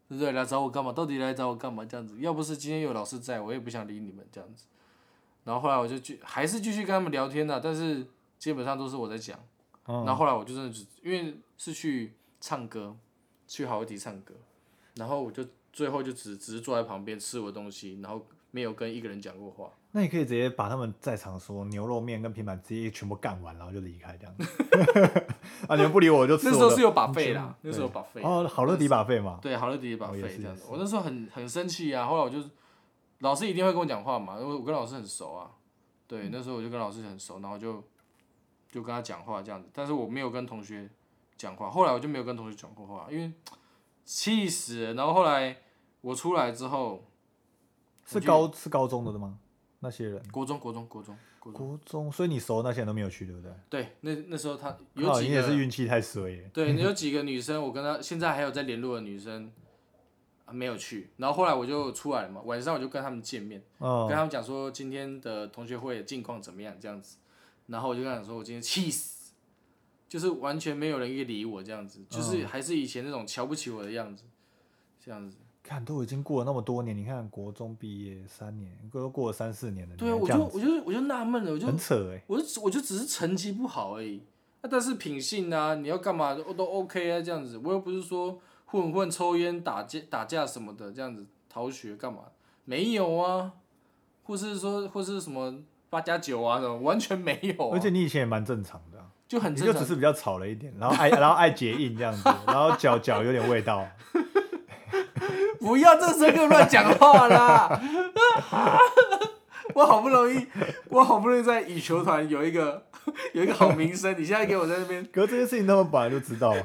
B: 对不对？来找我干嘛？到底来找我干嘛？这样子，要不是今天有老师在，我也不想理你们这样子。然后后来我就去，还是继续跟他们聊天的、啊但是基本上都是我在讲。
A: 嗯
B: 然后后来我就真的只，因为是去唱歌，去好迪唱歌，然后我就最后就只只是坐在旁边吃我的东西，然后没有跟一个人讲过话。
A: 那你可以直接把他们在场说牛肉面跟平板直接全部干完，然后就离开这样。
B: [laughs]
A: 啊，你们不理我，我就吃
B: 那
A: 我的。
B: 时候是有把费啦，那时候有把费。
A: 哦，好乐迪把费嘛，
B: 对，好乐迪也把
A: 哦也
B: 费
A: 是
B: 这样
A: 也
B: 子。我那时候很很生气啊，后来我就老师一定会跟我讲话嘛，因为我跟老师很熟啊。对，那时候我就跟老师很熟，然后就就跟他讲话这样子，但是我没有跟同学讲话，后来我就没有跟同学讲过话，因为气死了。然后后来我出来之后，
A: 是高是高中的的吗？那些人
B: 国中国中国中国中，
A: 国中，所以你熟那些人都没有去，对不对？
B: 对，那那时候他有
A: 靠
B: 几
A: 你
B: 个
A: 也是运气太衰耶。
B: 对，有几个女生，我跟她现在还有在联络的女生、啊没有去，然后后来我就出来了嘛，晚上我就跟他们见面，
A: 哦
B: 跟他们讲说今天的同学会近况怎么样这样子，然后我就跟他讲说我今天气死，就是完全没有人一个理我这样子，就是
A: 哦
B: 还是以前那种瞧不起我的样子，这样子。
A: 看都已经过了那么多年，你看国中毕业三年，都过了三四年了，
B: 对啊，
A: 你还
B: 我
A: 这
B: 就
A: 样
B: 我就我就纳闷了，我就啊
A: 很扯哎。
B: 我就我就只是成绩不好而已。那、但是品性啊，你要干嘛都都 OK 啊，这样子。我又不是说混混、抽烟、打架、打架什么的，这样子逃学干嘛？没有啊，或是说或是什么八加九啊什么，完全没有、
A: 而
B: 啊，
A: 且你以前也蛮正常的啊，
B: 就很
A: 你
B: 正
A: 就只
B: 常。
A: 是比较吵了一点，然后爱 [laughs] 然后爱结印这样子，然后脚脚有点味道。
B: 不要这时候给我乱讲
A: [laughs]
B: 话啦！我好不容易，我好不容易在羽球团有一个 [laughs] 有一个好名声，你现在给我在那边 [laughs]
A: 可是这些事情他们本来就知道啊，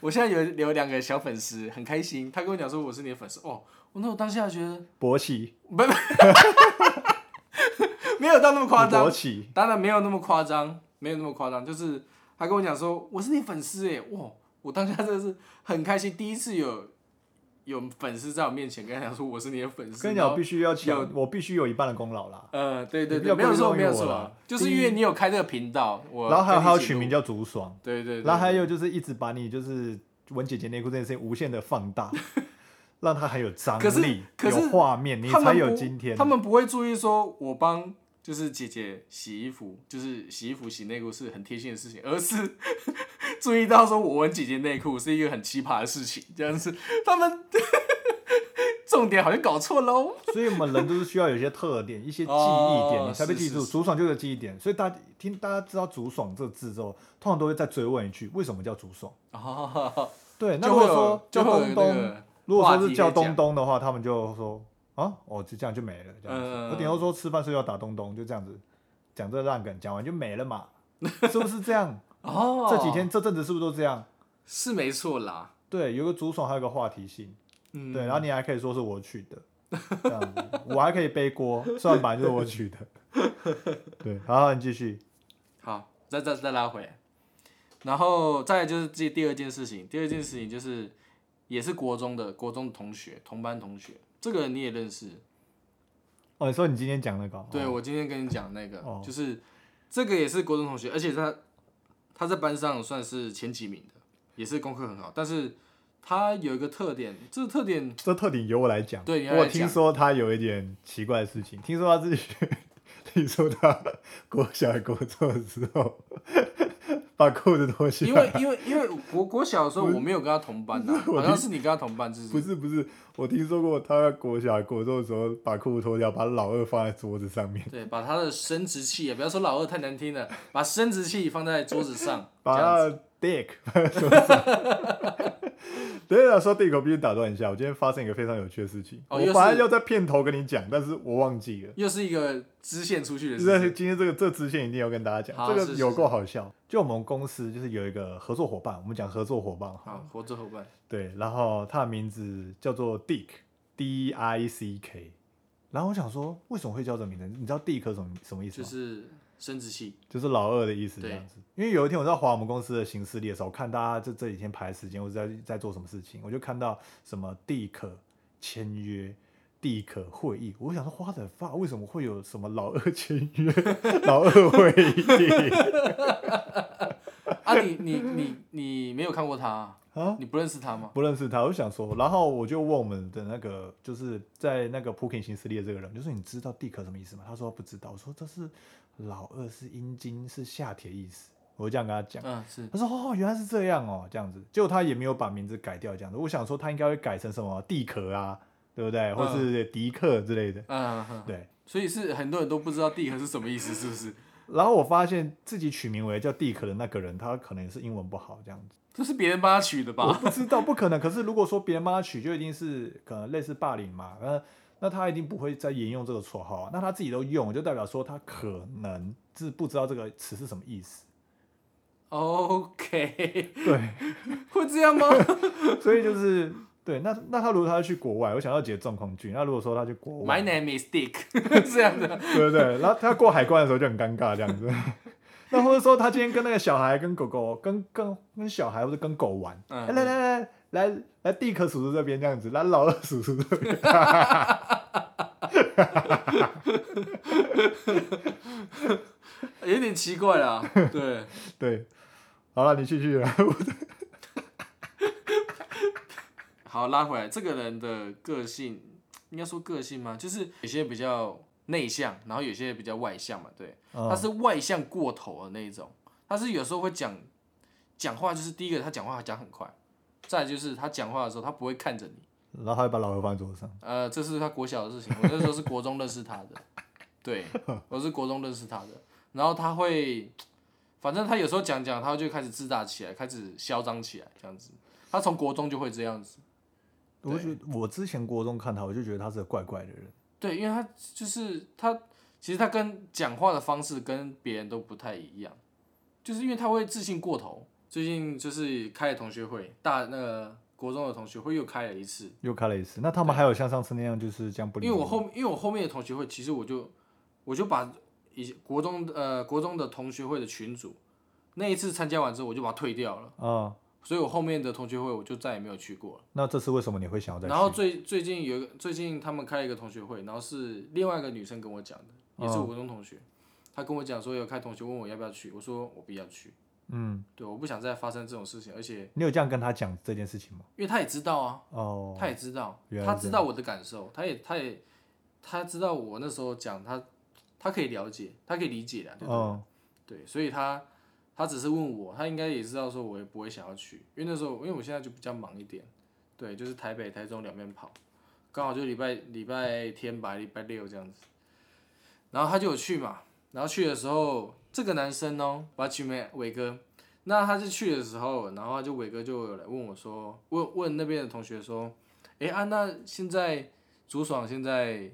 B: 我现在有有两个小粉丝，很开心。他跟我讲说我是你的粉丝，哦，我那我当下觉得
A: 勃起，
B: 没有到那么夸张
A: 勃，起，
B: 当然没有那么夸张，没有那么夸张，就是他跟我讲说我是你粉丝哎，哇，我当下真的是很开心，第一次有有粉丝在我面前跟他讲说我是你的粉丝，
A: 跟你
B: 然
A: 讲，
B: 后
A: 我必须要抢，我必须有一半的功劳啦。
B: 呃，对对
A: 你不
B: 对，
A: 要
B: 没有
A: 故意
B: 错
A: 弄
B: 没有
A: 我啦
B: 错，就是因为你有开这个频道，我
A: 然后还有
B: 跟你
A: 还有
B: 一起
A: 取
B: 录
A: 名，叫竹爽，
B: 对对对，
A: 然后还有就是一直把你就是文姐姐内裤这件事情无限的放
B: [laughs]
A: 大，让它很有张
B: 可是
A: 力，
B: 可是
A: 有画面，你
B: 他
A: 才
B: 们
A: 有
B: 不
A: 今天
B: 他。们不会注意说我帮就是姐姐洗衣服，就是洗衣服洗内裤是很贴心的事情，而是 [laughs] 注意到说我闻姐姐内裤是一个很奇葩的事情，这样子他们 [laughs] 重点好像搞错哦喽。
A: 所以我们人都是需要有一些特点、一些记忆
B: 哦
A: 点，你才被
B: 是
A: 记
B: 是
A: 住。
B: 是
A: 竹爽就是个记忆点，所以大家听大家知道“竹爽”这个字之后，通常都会再追问一句：为什么叫竹爽？
B: 哦，
A: 对，那
B: 就
A: 如
B: 会
A: 果
B: 有
A: 说
B: 就
A: 叫
B: 会有
A: 东
B: 那
A: 东，
B: 个
A: 如果
B: 话
A: 说
B: 题可
A: 是
B: 以
A: 叫
B: 讲
A: 东东的话，他们就说啊，哦，就这样就没了，这样子。
B: 嗯
A: 我顶多说吃饭睡觉打东东，就这样子，讲这烂梗，讲完就没了
B: [laughs]
A: 嘛，是不是这样？
B: 哦，
A: 这几天这阵子是不是都这样？
B: 是没错啦。
A: 对，有个竹爽，还有个话题性，
B: 嗯，
A: 对，然后你还可以说是我取的，这样子，我还可以背锅，虽然本来就是我取
B: [laughs]
A: 的。对，好，你继续。
B: 好，再再再拉回来，然后再来就是这第二件事情，第二件事情就是也是国中的国中同学，同班同学，这个你也认识。
A: 哦，你说你今天讲那个哦，
B: 对我今天跟你讲那个，
A: 哦
B: 就是这个也是国中同学，而且他他在班上算是前几名的，也是功课很好，但是他有一个特点，这个
A: [laughs]
B: 特点
A: 这特点由我来讲。
B: 对你要来
A: 我
B: 讲
A: 听说他有一点奇怪的事情，听说他自己， [laughs] 听说他国小国中的时候，把裤子脱下
B: 因
A: 来。
B: 为因为因为国国小的时候我没有跟他同班
A: [laughs]
B: 呐、好像是你跟他同班，就是
A: 不是不是，我听说过他国小国中的时候把裤子脱掉，把老二放在桌子上 [laughs] 面，
B: 对，把他的生殖器，也不要说老二太难听了，把生殖器放在桌子上，这
A: [laughs] 把
B: 样
A: 他
B: 子。
A: 的 dick [laughs] 放在桌子上。对了，说 dick 我必须打断一下，我今天发生一个非常有趣的事情。
B: 哦
A: 我
B: 又是
A: 本来要在片头跟你讲，但是我忘记了。
B: 又是一个支线出去的
A: 就
B: 事
A: 是
B: 情。
A: 今天这个这支线一定要跟大家
B: 好
A: 讲，这
B: 是
A: 个
B: 是
A: 有够好笑。就我们公司就是有一个合作伙伴，我们讲合作伙伴哈，
B: [laughs] 好，活着伙伴，
A: 对，然后他的名字叫做 Dick，D I C K。然后我想说，为什么会叫这个名字？你知道 Dick 是什么什么意思
B: 就
A: 吗？
B: 是生殖器。
A: 就是老二的意思这
B: 对
A: 样子。因为有一天我在划我们公司的行事历的时候，看大家这这几天排时间，或者在在做什么事情，我就看到什么地可签约、地可会议，我想说花的发为什么会有什么老二签约、 [laughs] 老二会议
B: 啊你，你你你没有看过他、
A: 啊？
B: 你不认识他吗？
A: 不认识他，我就想说，然后我就问我们的那个，就是在那个 Pukin 行事历的这个人，就是你知道地壳什么意思吗？他说不知道，我说这是老二是阴茎是下铁意思，我就这样跟他讲。
B: 嗯，是
A: 他说：“哦，原来是这样哦，这样子。”结果他也没有把名字改掉，这样子。我想说他应该会改成什么地壳啊，对不对？或是迪克之类的。
B: 嗯，嗯，
A: 对。
B: 所以是很多人都不知道地核是什么意思，是不是？
A: 然后我发现自己取名为叫地壳的那个人，他可能也是英文不好这样子。
B: 这是别人帮他取的
A: 我
B: 吧？
A: 不知道，不可能。可是如果说别人帮他取，就一定是可能类似霸凌嘛。那那他一定不会再沿用这个绰号啊、那他自己都用，就代表说他可能是不知道这个词是什么意思。
B: OK， [laughs]
A: 对。
B: 会
A: [laughs]
B: 这样吗？
A: 所以就是对，那那他如果他去国外，我想要解状况剧。那如果说他去国外
B: My name is Dick，这 [laughs] 样的。
A: 对不对？然后他过海关的时候就很尴尬这样子。 [laughs] 那或者说他今天跟那个小孩、跟狗狗、跟跟跟小孩或者跟狗玩，
B: 嗯
A: 哎来来来来来地壳叔叔这边这样子，来老二叔叔这边，
B: 有点奇怪啦，对，
A: 对，好了，你继续了。
B: 好，拉回来，这个人的个性，应该说个性吗？就是有些比较内向，然后有些比较外向嘛，对，
A: 嗯
B: 他是外向过头的那一种，他是有时候会讲讲话，就是第一个他讲话讲很快，再来就是他讲话的时候他不会看着你，
A: 然后他就把老二放在桌上，
B: 呃，这是他国小的事情，我那时候是国中认识他的， [laughs] 对，我是国中认识他的，然后他会，反正他有时候讲讲，他就开始自大起来，开始嚣张起来，这样子，他从国中就会这样子。
A: 我觉得我之前国中看他，我就觉得他是个怪怪的人。
B: 对，因为他就是他，其实他跟讲话的方式跟别人都不太一样，就是因为他会自信过头，最近就是开了同学会，大那个国中的同学会又开了一次，
A: 又开了一次。那他们还有像上次那样就是这样不理
B: 因为我后因为我后面的同学会，其实我就我就把以前国中呃国中的同学会的群组那一次参加完之后，我就把它退掉了，
A: 啊、
B: 所以我后面的同学会我就再也没有去过了。
A: 那这次为什么你会想要再去？
B: 然后最最近有一个最近他们开了一个同学会，然后是另外一个女生跟我讲的，也
A: 哦
B: 是我国中同学，她跟我讲说有开同学问我要不要去，我说我不要去，
A: 嗯，
B: 对，我不想再发生这种事情，而且
A: 你有这样跟他讲这件事情吗？
B: 因为她也知道啊，
A: 哦，
B: 她也知道，
A: 原来
B: 她
A: 是
B: 知道我的感受，她也她也她知道我那时候讲她，她可以了解，她可以理解的，对不对
A: 哦，
B: 对，所以他他只是问我，他应该也知道说我也不会想要去，因为那时候因为我现在就比较忙一点，对，就是台北、台中两边跑，刚好就礼拜礼拜天吧，礼拜六这样子。然后他就有去嘛，然后去的时候，这个男生哦，把他取名伟哥。那他就去的时候，然后他就伟哥就有来问我说，问问那边的同学说，诶，啊，那现在竹爽现在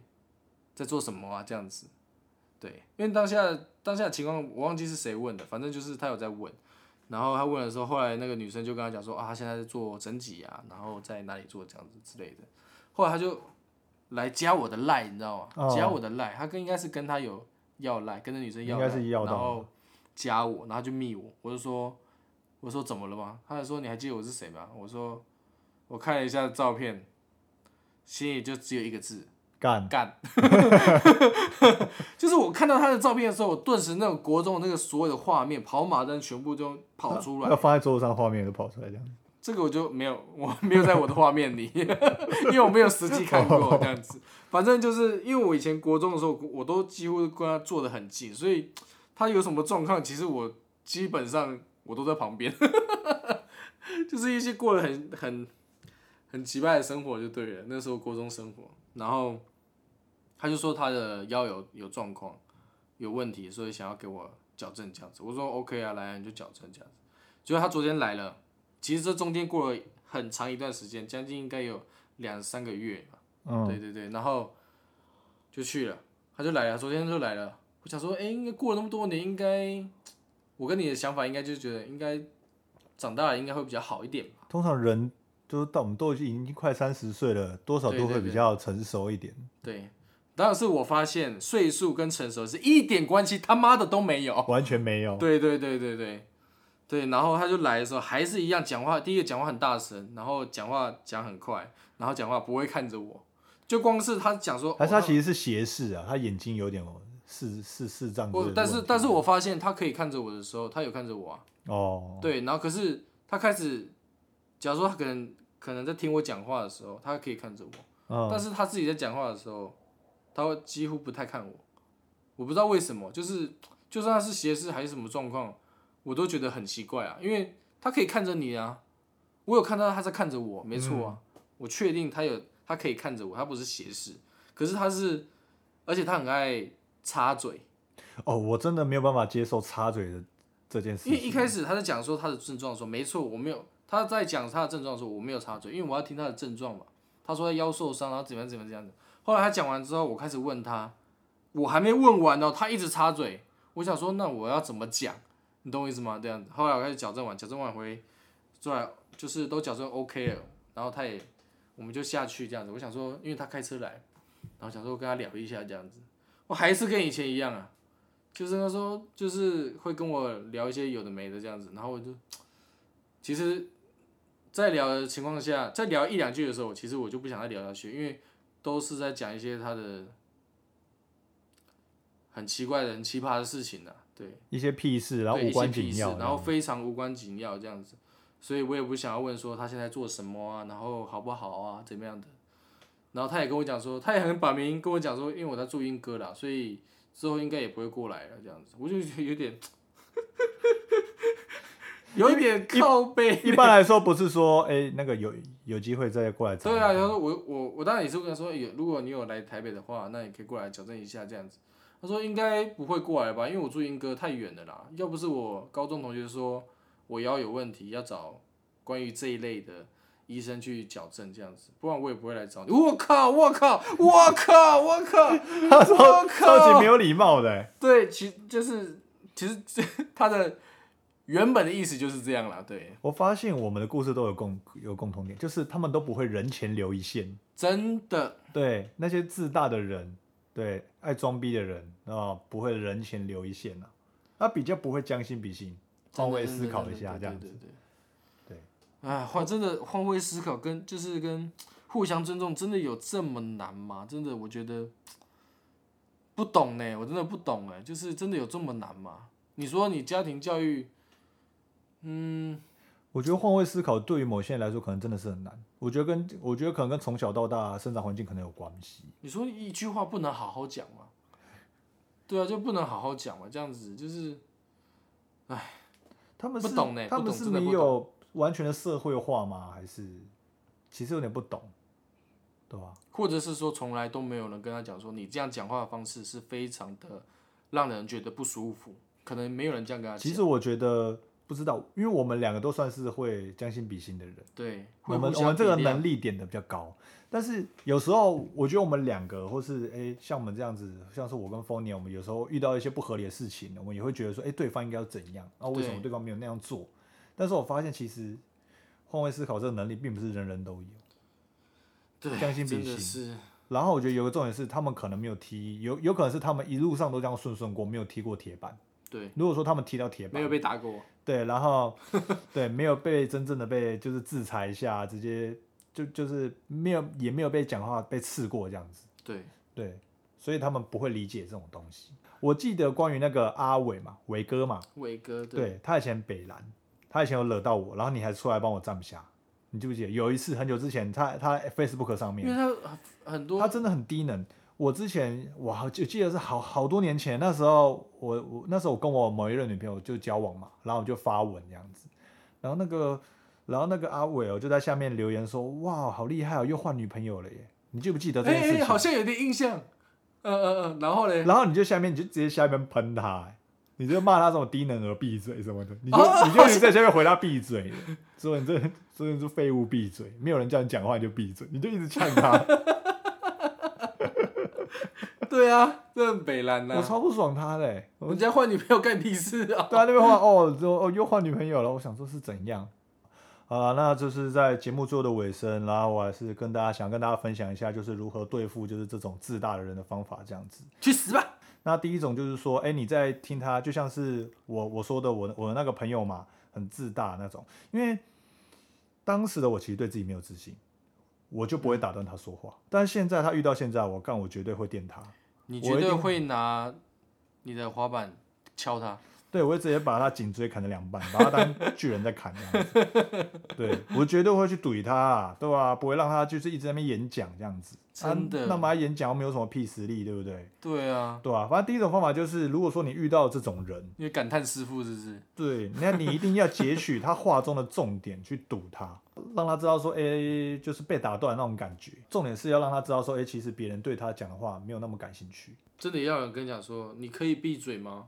B: 在做什么啊？这样子。对，因为当下当下的情况我忘记是谁问的，反正就是他有在问，然后他问的时候，后来那个女生就跟他讲说啊，他现在在做整脊啊，然后在哪里做这样子之类的，后来他就来加我的赖，你知道吗？
A: 哦
B: 加我的赖，他跟应该是跟他有要赖，跟那女生要赖，
A: 应该是要到
B: 然后加我，然后就密我，我就说我说怎么了吗？他就说你还记得我是谁吗？我说我看了一下照片，心里就只有一个字
A: 干，
B: 干。 [laughs] 就是我看到他的照片的时候，我顿时那种国中的那个所有的画面，跑马灯全部都跑出来
A: 要。放在桌子上的画面都跑出来这样。
B: 这个我就没有， [laughs] 我没有在我的画面里，因为我没有实际看过这样子。反正就是因为我以前国中的时候，我都几乎跟他坐得很近，所以他有什么状况，其实我基本上我都在旁边， [laughs] 就是一些过得很很很奇怪的生活就对了。那时候国中生活，然后他就说他的腰有有状况，有问题，所以想要给我矫正这样子。我说 OK 啊，来啊你就矫正这样子。结果他昨天来了。其实这中间过了很长一段时间，将近应该有两三个月吧。
A: 嗯，
B: 对对对，然后就去了，他就来了，昨天就来了。我想说，哎，应该过了那么多年，应该我跟你的想法应该就是觉得应该长大了应该会比较好一点吧。
A: 通常人都到我们都已经快三十岁了，多少
B: 对
A: 都
B: 对
A: 会比
B: 对
A: 较成熟一点。
B: 对，当然是我发现岁数跟成熟是一点关系他妈的都没有。
A: 完全没有。
B: 对对对对对对，然后他就来的时候还是一样讲话，第一个讲话很大声，然后讲话讲很快，然后讲话不会看着我，就光是他讲说，
A: 还是他
B: 哦
A: 其实是斜视啊，他眼睛有点视视视障之类的
B: 我
A: 问题。
B: 但是但是我发现他可以看着我的时候，他有看着我啊，
A: 哦，
B: 对，然后可是他开始，假如说他可能可能在听我讲话的时候，他可以看着我，但
A: 嗯，
B: 是他自己在讲话的时候，他会几乎不太看我，我不知道为什么，就是就算他是斜视还是什么状况，我都觉得很奇怪啊，因为他可以看着你啊，我有看到他在看着我，没错啊，我确定他有他可以看着我，他不是斜视，可是他是，而且他很爱插嘴，
A: 哦，我真的没有办法接受插嘴的这件事
B: 因为一
A: 情。
B: 开始他在讲说他的症状的时候，没错，我没有他在讲他的症状的时候，我没有插嘴，因为我要听他的症状嘛。他说他腰受伤，然后怎么样怎么样这样子。后来他讲完之后，我开始问他，我还没问完哦，他一直插嘴。我想说，那我要怎么讲？你懂我意思吗？这啊样子。后来我开始矫正完，矫正完回，出来啊就是都矫正 OK 了，然后他也，我们就下去这样子。我想说，因为他开车来，然后想说跟他聊一下这样子。我还是跟以前一样啊，就是他说就是会跟我聊一些有的没的这样子，然后我就其实，在聊的情况下，在聊一两句的时候，其实我就不想再聊下去，因为都是在讲一些他的很奇怪的、很奇葩的事情啊呢、对。
A: 一些屁事，然后
B: 对
A: 无
B: 一些
A: 关
B: 屁
A: 紧
B: 事
A: 要，
B: 然后非常无关紧要这样子，所以我也不想要问说他现在做什么啊，然后好不好啊，怎么样的。然后他也跟我讲说，他也很摆明跟我讲说，因为我在住英哥啦，所以之后应该也不会过来了这样子，我就觉得有点，有一点靠背。
A: 一般来说不是说，哎、那个有有机会再过来找你。 [laughs]
B: 对啊，他说我我我当然也是跟他说，哎有如果你有来台北的话，那你可以过来矫正一下这样子。他说应该不会过来吧，因为我住英歌太远了啦。要不是我高中同学说我腰有问题，要找关于这一类的医生去矫正这样子，不然我也不会来找你。我靠！我靠！我靠！我靠！
A: [laughs] 他说
B: 我靠
A: 超级没有礼貌的、
B: 对，其就是其实 [laughs] 他的原本的意思就是这样啦，对，
A: 我发现我们的故事都有共有共同点，就是他们都不会人前留一线。
B: 真的，
A: 对那些自大的人，对爱装逼的人啊、不会人前留一线呐、啊，他比较不会将心比心，换位思考一下这样
B: 子
A: 子。，
B: 对对对。哎，换真的换位思考跟就是跟互相尊重，真的有这么难吗？真的，我觉得不懂呢，我真的不懂哎，就是真的有这么难吗？你说你家庭教育，嗯，
A: 我觉得换位思考对于某些人来说可能真的是很难。我觉得跟我觉得可能跟从小到大生长环境可能有关系。
B: 你说一句话不能好好讲吗？对啊，就不能好好讲嘛，这样子就是
A: 他们是
B: 不懂呢
A: 他
B: 不
A: 们
B: 懂
A: 是
B: 真的
A: 没
B: 不懂
A: 有完全的社会化吗？还是其实有点不懂，对吧？
B: 或者是说从来都没有人跟他讲说你这样讲话的方式是非常的让人觉得不舒服，可能没有人这样跟他讲。
A: 其实我觉得不知道，因为我们两个都算是会将心比心的人。
B: 对，会
A: 我们
B: 互
A: 我
B: 相
A: 们这个
B: 体谅
A: 能力点的比较高，但是有时候我觉得我们两个，或是哎、诶像我们这样子，像是我跟 f o n y 我们有时候遇到一些不合理的事情，我们也会觉得说，哎、对方应该要怎样，啊，为什么
B: 对
A: 对方没有那样做？但是我发现其实换位思考这个能力并不是人人都有。
B: 对，
A: 将心比
B: 真的
A: 心
B: 是
A: 然后我觉得有个重点是，他们可能没有踢，有有可能是他们一路上都这样顺顺过，没有踢过铁板。
B: 对，
A: 如果说他们踢到铁
B: 没
A: 板
B: 有，被打过，
A: 对，然后对没有被真正的被就是制裁一下，直接就就是没有也没有被讲话被刺过这样子，
B: 对，
A: 对，所以他们不会理解这种东西。我记得关于那个阿伟嘛，伟哥嘛，
B: 伟哥
A: 对他以前北蓝，他以前有惹到我，然后你还出来帮我站不下，你记不记得？有一次很久之前，他他 Facebook 上
B: 因为
A: 面，
B: 他很很多
A: 他真的很低能。我之前我好记记得是好好多年前，那时候我我那时候我跟我某一任女朋友就交往嘛，然后我就发文这样子，然后那个然后那个阿伟哦就在下面留言说，哇，好厉害哦，又换女朋友了耶！你记不记得这件事
B: 哎
A: 情？
B: 哎，好像有点印象，嗯嗯嗯，然后嘞，
A: 然后你就下面你就直接下面喷他、欸你就骂他什么低能儿闭嘴什么的，你就、
B: 哦
A: 你就你在下面回他闭嘴，说你这说你是废物闭嘴，没有人叫你讲话你就闭嘴，你就一直呛
B: [laughs]
A: 他，
B: 对啊，这很北蓝呐
A: 我，超不爽他的、欸。我
B: 人家换女朋友干你屁事啊，
A: [laughs] 对啊，那边换哦，就哦又换女朋友了，我想说是怎样？好了，那就是在节目最后的尾声，然后我还是跟大家想跟大家分享一下，就是如何对付就是这种自大的人的方法，这样子。
B: 去死吧！
A: 那第一种就是说，哎，你在听他，就像是我我说的，我我那个朋友嘛，很自大那种。因为当时的我其实对自己没有自信，我就不会打断他说话。但是现在他遇到现在，我干，我绝对会电他，
B: 你
A: 我
B: 绝
A: 一
B: 对
A: 定
B: 会拿你的滑板敲他，
A: 对我会直接把他颈椎砍成两半，把他当巨人在砍这样子。对我绝对会去怼他、啊，对吧、不会让他就是一直在那边演讲这样子。啊
B: 真的
A: 那么他演讲又没有什么屁实力，对不对？
B: 对啊，
A: 对吧、反正第一种方法就是，如果说你遇到这种人，
B: 因为感叹师傅是不是？
A: 对，那你一定要截取他话中的重点去堵他，让他知道说，哎、就是被打断那种感觉。重点是要让他知道说，哎、其实别人对他讲的话没有那么感兴趣，
B: 真的也有人跟你讲说，你可以闭嘴吗？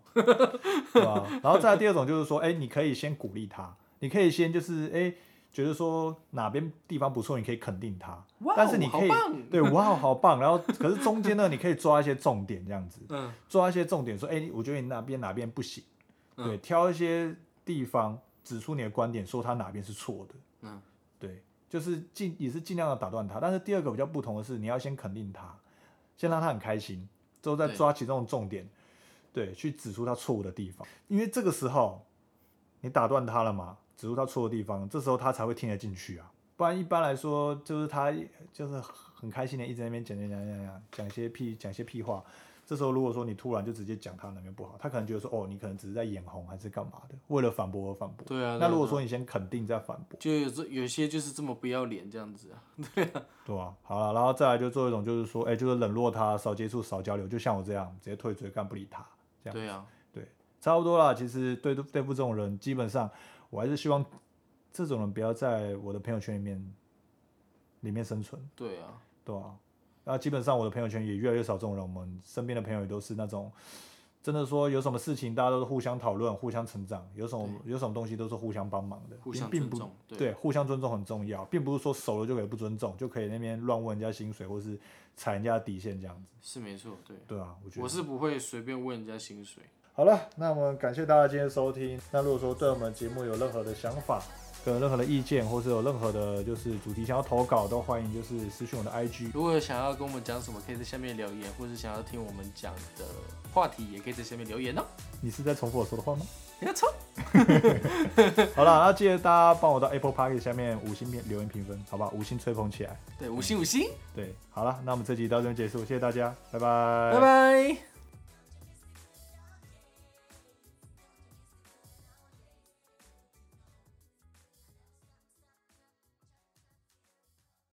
A: 对吧？然后再来第二种就是说，哎、你可以先鼓励他，你可以先就是，哎、觉得说哪边地方不错，你可以肯定他，
B: 哇哦
A: 但是你可以
B: 好棒
A: 对，哇哦，好棒。然后可是中间呢，你可以抓一些重点这样子，
B: 嗯，
A: 抓一些重点，说，哎、我觉得你哪边哪边不行，
B: 嗯
A: 对，挑一些地方指出你的观点，说他哪边是错的，
B: 嗯，
A: 对，就是尽也是尽量的打断他。但是第二个比较不同的是，你要先肯定他，先让他很开心，之后再
B: 对
A: 抓其中的重点，对，去指出他错误的地方，因为这个时候你打断他了嘛，指出他错的地方，这时候他才会听得进去啊。不然一般来说，就是他就是很开心的一直在那边讲讲讲讲讲讲些屁讲些屁话。这时候如果说你突然就直接讲他那边不好，他可能觉得说哦，你可能只是在眼红还是干嘛的，为了反驳而反驳。
B: 对
A: 那
B: 啊。对啊
A: 如果
B: 对
A: 说你先肯定再反驳
B: 啊，就有这有些就是这么不要脸这样子啊，
A: 对啊，好了，然后再来就做一种就是说，哎、就是冷落他，少接触，少交流，就像我这样，直接退追，干不理他，这样
B: 对啊，
A: 差不多啦。其实对对付这种人，基本上我还是希望这种人不要在我的朋友圈里面里面生存，
B: 对啊，
A: 对啊。那基本上我的朋友圈也越来越少这种人，我们身边的朋友也都是那种真的说有什么事情，大家都是互相讨论、互相成长，有什么有什么东西都是互相帮忙的，
B: 互相
A: 并
B: 尊
A: 不
B: 重，对，
A: 对，互相尊重很重要，并不是说熟了就可以不尊重，就可以那边乱问人家薪水或是踩人家的底线这样子。
B: 是没错，对，
A: 对啊，我觉得
B: 我是不会随便问人家薪水。
A: 好了，那我们感谢大家今天收听。那如果说对我们节目有任何的想法，跟任何的意见，或是有任何的就是主题想要投稿，都欢迎就是私讯我的 IG。
B: 如果有想要跟我们讲什么，可以在下面留言，或是想要听我们讲的话题，也可以在下面留言哦。
A: 你是在重复我说的话吗？ [laughs]
B: 没错，
A: 好了，那记得大家帮我到 Apple Park 下面五星评留言评分，好不好？五星吹捧起来。
B: 对，五星五星，
A: 对，好了，那我们这集到这边结束，谢谢大家，拜拜，
B: 拜拜。